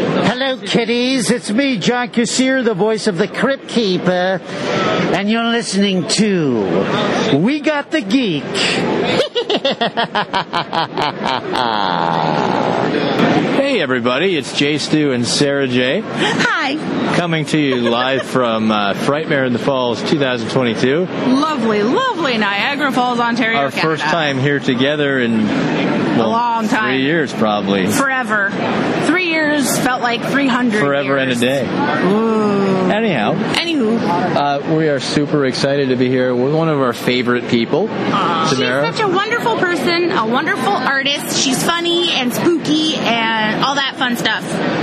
Hello, kiddies. It's me, John Cusier, the voice of the Crypt Keeper, and you're listening to We Got the Geek. Hey, everybody, it's Jay Stu and Sarah J. Hi. coming to you live from uh, Frightmare in the Falls 2022. Lovely, lovely Niagara Falls, Ontario. Our Canada. first time here together in well, A long time. three years probably. Forever. Three years felt like 300 Forever and a years. day. Ooh. Anyhow, Anywho, uh, we are super excited to be here with one of our favorite people, Samara. She's such a wonderful person, a wonderful artist. She's funny and spooky and all that fun stuff.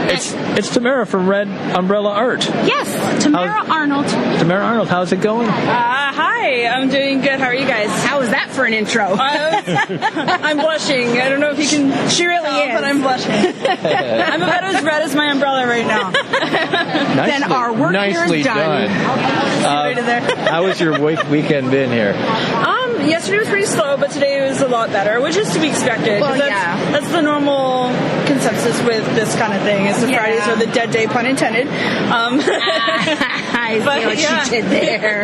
It's it's Tamara from Red Umbrella Art. Yes, Tamara How's- Arnold. Tamara Arnold, how's it going? Uh, hi, I'm doing good. How are you guys? how was that for an intro? I'm blushing. I don't know if you can. She really is. but I'm blushing. I'm about as red as my umbrella right now. Nicely, our work here is nicely done. done. Uh, how has your week, weekend been here? Um, yesterday was pretty slow, but today was a lot better, which is to be expected. Well, 'cause that's, yeah. that's the normal consensus with this kind of thing. Is the Yeah. Fridays are the dead day, pun intended. Um, I see But, what yeah. she did there.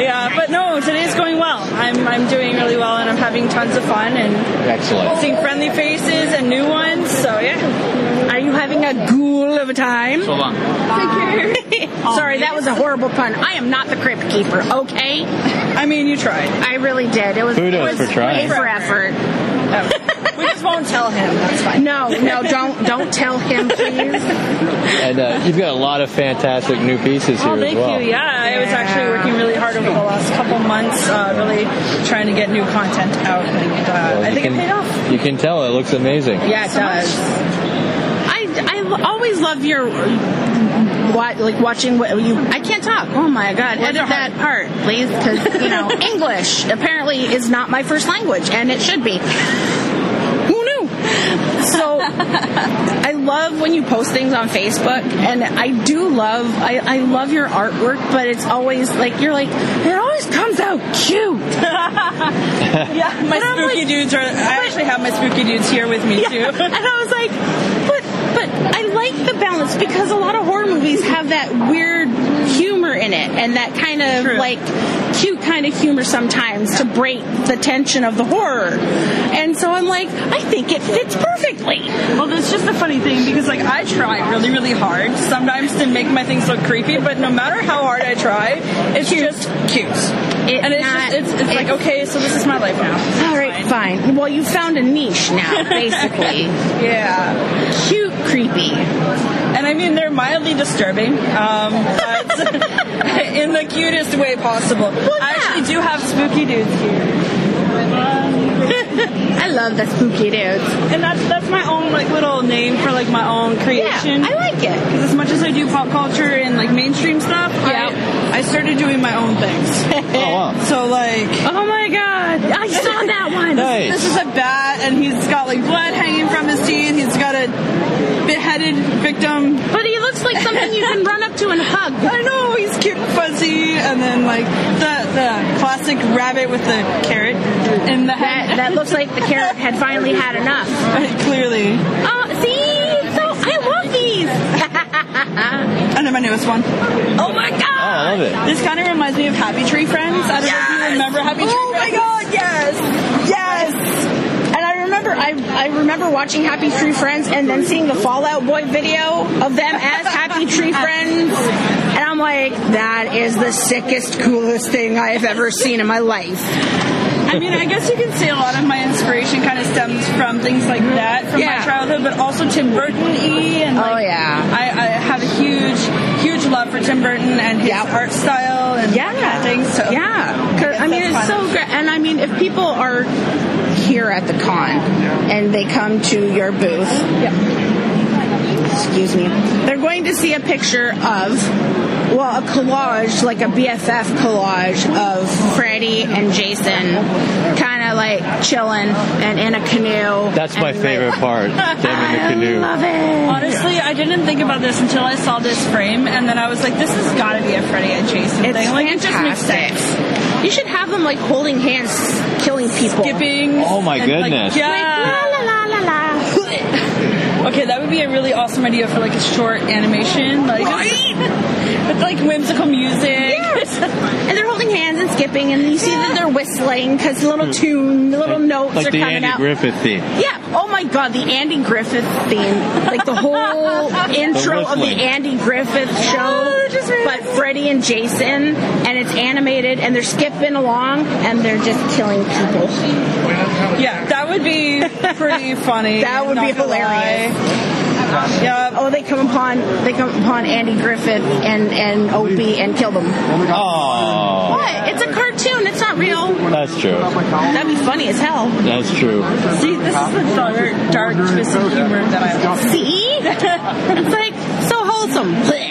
yeah, but no, today's going well. I'm I'm doing really well, and I'm having tons of fun and Excellent. seeing friendly faces and new ones. So yeah. Are you having a ghoul of a time? So long. Sorry, that was a horrible pun. I am not the crypt keeper, okay? I mean, you tried. I really did. It was, it Kudos was for trying. way for effort. We just won't tell him. That's fine. No, no, don't don't tell him, please. And uh, you've got a lot of fantastic new pieces here Oh, as thank well. you. Yeah, I was actually working really hard over the last couple months, uh, really trying to get new content out, and uh, I You think can- it paid off. You can tell it looks amazing. Yeah, it does. I, I always love your what like watching what you I can't talk. Oh my god, edit that part, please, because you know English apparently is not my first language, and it should be. Who knew? So I love when you post things on Facebook, and I do love I, I love your artwork, but it's always like you're like it always comes out cute. Yeah, my But I'm spooky like- dudes are. I actually have my spooky dudes here with me Yeah. too. And I was like, but but I like the balance because a lot of horror movies have that weird humor in it and that kind of True. like cute kind of humor sometimes to break the tension of the horror. And so I'm like, I think it fits perfectly. Well, that's just the funny thing because like I try really, really hard sometimes to make my things look creepy, but no matter how hard I try, it's just cute. and it's not- just it's, it's like it's- okay, so this is my life now. All right, fine. Well, you found a niche now, basically. Yeah. cute, creepy. And I mean, they're mildly disturbing, um, but in the cutest way possible. I actually do have spooky dudes here, I love the spooky dudes. and that's that's my own like little name for like my own Yeah, creation. I like it. 'Cause as much as I do pop culture and like mainstream stuff, I, I started doing my own things. Oh, wow. So like. Oh my god, I saw that one. Nice. This is a bat, and he's got like blood hanging from his teeth. He's got a beheaded victim But he looks like something you can run up to and hug. I know he's cute and fuzzy, and then like the the classic rabbit with the carrot in the That, head. that looks like the carrot had finally had enough. Clearly, Oh, see? So I love these. and then my newest one. Oh my Oh, god. I love it. This kind of reminds me of Happy Tree Friends. I don't know if you remember Happy Tree Oh my Friends. god, yes. Yes. And I remember I, I remember watching Happy Tree Friends and then seeing the Fallout Boy video of them as Happy Tree Friends. And I'm like, that is the sickest, coolest thing I've ever seen in my life. I mean, I guess you can say a lot of my inspiration kind of stems from things like that from Yeah. my childhood, but also Tim Burton y and like, Oh, yeah. I, I have a huge, huge love for Tim Burton and his Yeah. art style and Yeah. that thing. So Yeah, 'cause, I mean That's it's so fun. great, and I mean if people are here at the con and they come to your booth, excuse me, they're going to see a picture of. Well, a collage, like a BFF collage of Freddy and Jason, kind of like chilling and in a canoe. That's my and, like, favorite part. Them in the I canoe. love it. Honestly, I didn't think about this until I saw this frame, and then I was like, "This has got to be a Freddy and Jason It's thing." Like, it just makes fantastic. sense. You should have them like holding hands, killing people. Skipping. Oh my and, like, goodness. yeah. la la la la la. Okay, that would be a really awesome idea for like a short animation, like with like whimsical music. and they're holding hands and skipping, and you see that they're whistling because little tune, little notes are Hmm. like the coming Andy out. Griffith theme. Yeah. Oh my God, the Andy Griffith theme, like the whole intro of the whistling. Oh, Andy Griffith show, but Freddie and Jason, and it's animated, and they're skipping along, and they're just killing people. Yeah, that would be pretty funny. That would not be gonna hilarious. lie. Yep. Oh, they come upon they come upon Andy Griffith and and Opie and kill them. Oh, What? It's a cartoon. It's not real. that's true. That'd be funny as hell. That's true. See, this is the dark, dark twisted humor that I love. See? it's like so wholesome. Blech.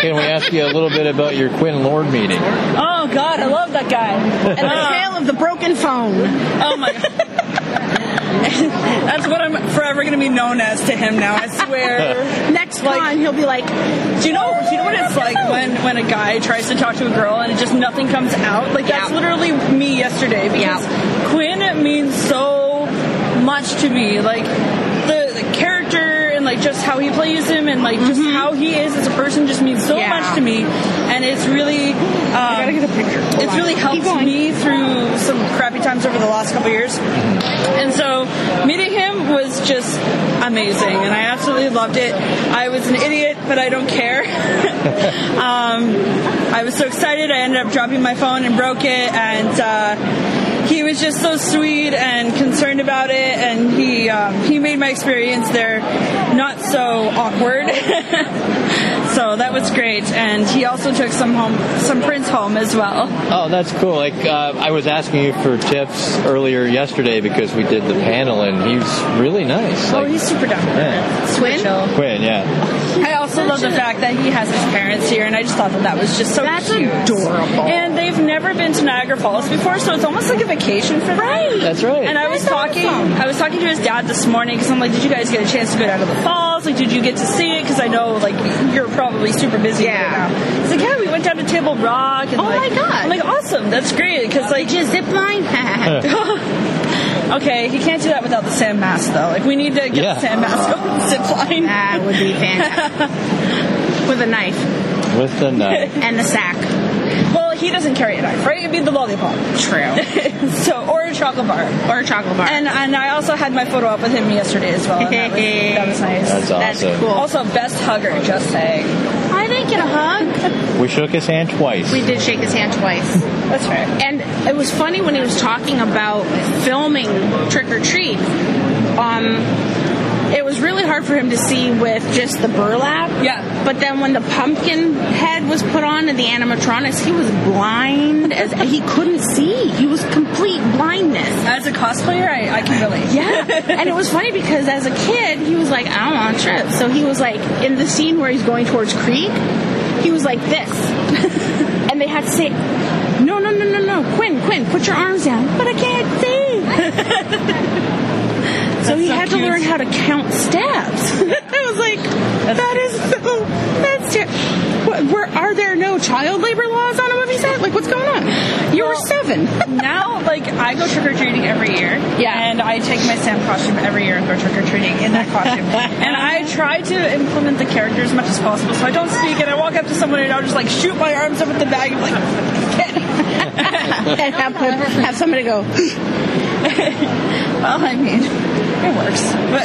Can we ask you a little bit about your Quinn Lord meeting? Oh God, I love that guy. Ah. And the Uh. tale of the broken phone. Oh my god. That's what I'm forever gonna be known as to him now, I swear. Next Like- one, he'll be like, Do you know do you know what it's like when, when a guy tries to talk to a girl and it just nothing comes out? Like that's Yeah. literally me yesterday because Quinn means so much to me. Like the, the character and like just how he plays him and like just how he is as a person just means so Yeah. much to me and it's really um, gotta get a picture. it's really helped me through some crappy times over the last couple years. And so meeting him was just amazing, and I absolutely loved it. I was an idiot, but I don't care. um, I was so excited. I ended up dropping my phone and broke it, and uh, he was just so sweet and concerned about it, and he um, he made my experience there not so awkward. so that was great, and he also took some home some prints home as well. Oh, that's cool. Like uh, I was asking you for tips earlier yesterday because we did the panel, and he's really nice. Oh, Like, he's super down. yeah. Super chill. Quinn, yeah. I also love the fact that he has his parents here, and I just thought that that was just so That's cute. adorable. And they've never been to Niagara Falls before, so it's almost like a vacation for them. Right. That's right. And I was talking, I was talking to his dad this morning because I'm like, did you guys get a chance to go down to the falls? Like, did you get to see it? Because I know like you're probably super busy Yeah. right now. He's like, yeah, we went down to Table Rock. And, Oh like- my God. I'm like, awesome. That's great because like "Did you zip line?" Okay, he can't do that without the sand mask though. Like we need to get Yeah. the sand mask on the zip line. that would be fantastic. With a knife With the knife. and a sack. Well, he doesn't carry a knife, right? It'd be the lollipop. True. so, or a chocolate bar. Or a chocolate bar. And and I also had my photo up with him yesterday as well. and that, was, that was nice. That's That's awesome. cool. Also, best hugger, just saying. I didn't get a hug. We shook his hand twice. We did shake his hand twice. That's right. And it was funny when he was talking about filming Trick or Treat. Um, it was really hard for him to see with just the burlap. Yeah. But then when the pumpkin head was put on and the animatronics, he was blind as he couldn't see. He was complete blindness. As a cosplayer, I, I can relate. Yeah. And it was funny because as a kid, he was like, I don't want to trip. So he was like, in the scene where he's going towards Creek, he was like this. and they had to say, No, no, no, no, no. Quinn, Quinn, put your arms down. But I can't see. so he so had cute. to learn how to count steps. I was like, That is so, that's ter- what, where, are there no child labor laws on a movie set? Like, what's going on? You were seven. now, like, I go trick or treating every year. Yeah. And I take my Sam costume every year and go trick or treating in that costume. and I try to implement the character as much as possible. So I don't speak and I walk up to someone and I'll just, like, shoot my arms up at the bag and, like, and have, have somebody go, well, I mean, it works. But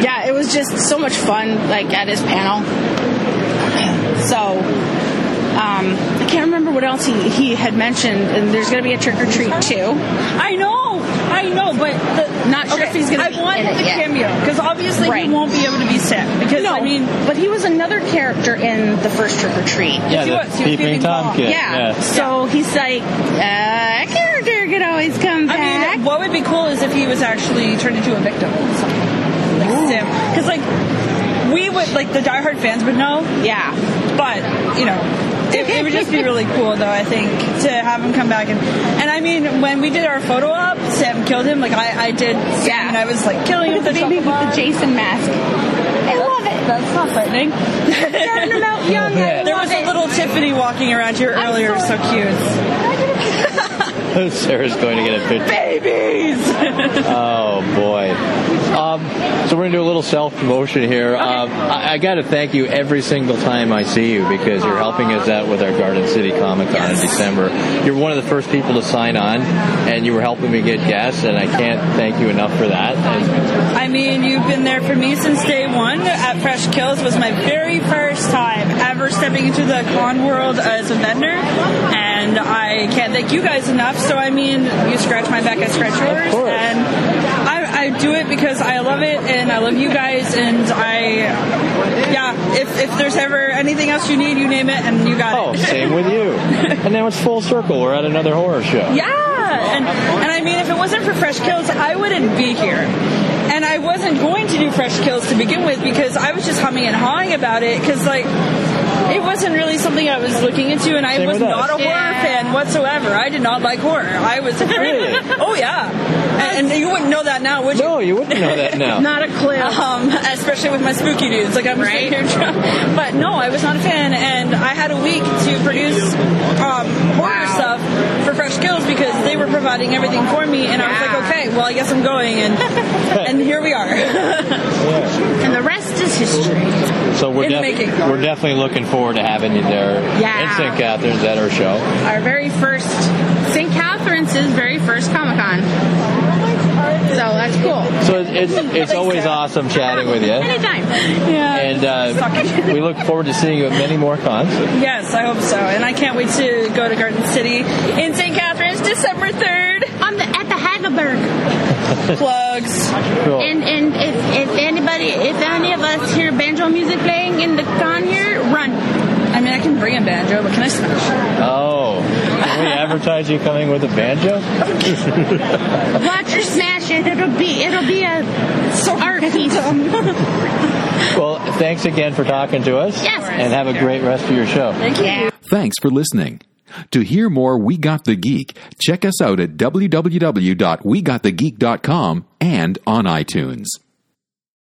yeah, it was just so much fun, like at his panel. So, um, I can't remember what else he, he had mentioned, and there's gonna be a trick or treat too. I know, I know, but the, Not sure if he's gonna I be want in it the yet. cameo because obviously Right. he won't be able to be Sam because No, I mean, but he was another character in the first trick or treat. yeah, she the was- she was peeping peeping tom Tom. kid. Yeah. So he's like, uh, a character could always come I back. mean, what would be cool is if he was actually turned into a victim or something like Sam, because like we would like the diehard fans would know, yeah. but you know. It, it would just be really cool, though. I think to have him come back and and I mean, when we did our photo op, Sam killed him. Like I, I did, Sam, Yeah. and I was like killing him with the Maybe with chocolate the bar. Jason mask. I love it. That's not frightening. Starting him out young. I There love was a it. little Tiffany walking around here earlier, so cute. Oh, Sarah's going to get a picture. Babies! Oh boy. Um, so we're gonna do a little self promotion here. Um, I, I gotta thank you every single time I see you because you're helping us out with our Garden City Comic Con in December. You're one of the first people to sign on, and you were helping me get guests, and I can't thank you enough for that. And I mean, you've been there for me since day one at Fresh Kills was my very first time ever stepping into the con world as a vendor, and I can't thank you guys enough. So I mean, you scratch my back, I scratch yours, and I, I do it because I love it and I love you guys, and I, yeah. If, if there's ever anything else you need, you name it, and you got oh, it. same with you. And now it's full circle. We're at another horror show. Yeah, and and I mean, if it wasn't for Fresh Kills, I wouldn't be here. And I wasn't going to do Fresh Kills to begin with because I was just humming and hawing about it because like it wasn't really something I was looking into, and I Same was with us. not a horror fan whatsoever. I did not like horror. I was Really? oh yeah, and, and you wouldn't know that now, would you? No, you wouldn't know that now. Not a clue. Um, especially with my spooky dudes. Like I'm right here. But no, I was not a fan, and I had a week to produce um, horror stuff for Fresh Kills because they were providing everything for me, and I was like, okay, well, I guess I'm going, and and here we are. and the rest is history. So we're, In the def- making. we're definitely looking forward to having you there Yeah. in St. Catharines at our show. Our very first St. Catherine's very first Comic Con. So that's cool. So it's it's, it's always awesome chatting with you. Anytime. And uh, we look forward to seeing you at many more cons. Yes, I hope so, and I can't wait to go to Garden City in St. Catharines, December third. I'm the, at the Hagelberg. Plugs. And and if, if anybody, if any of us hear banjo music playing in the con here, run. I mean, I can bring a banjo, but can I smash? Oh, can we advertise you coming with a banjo? Watch her smash it. It'll be it'll be a art piece. well, thanks again for talking to us. Yes. And have a great rest of your show. Thank you. Thanks for listening. To hear more We Got the Geek, check us out at www.wegotthegeek.com and on iTunes.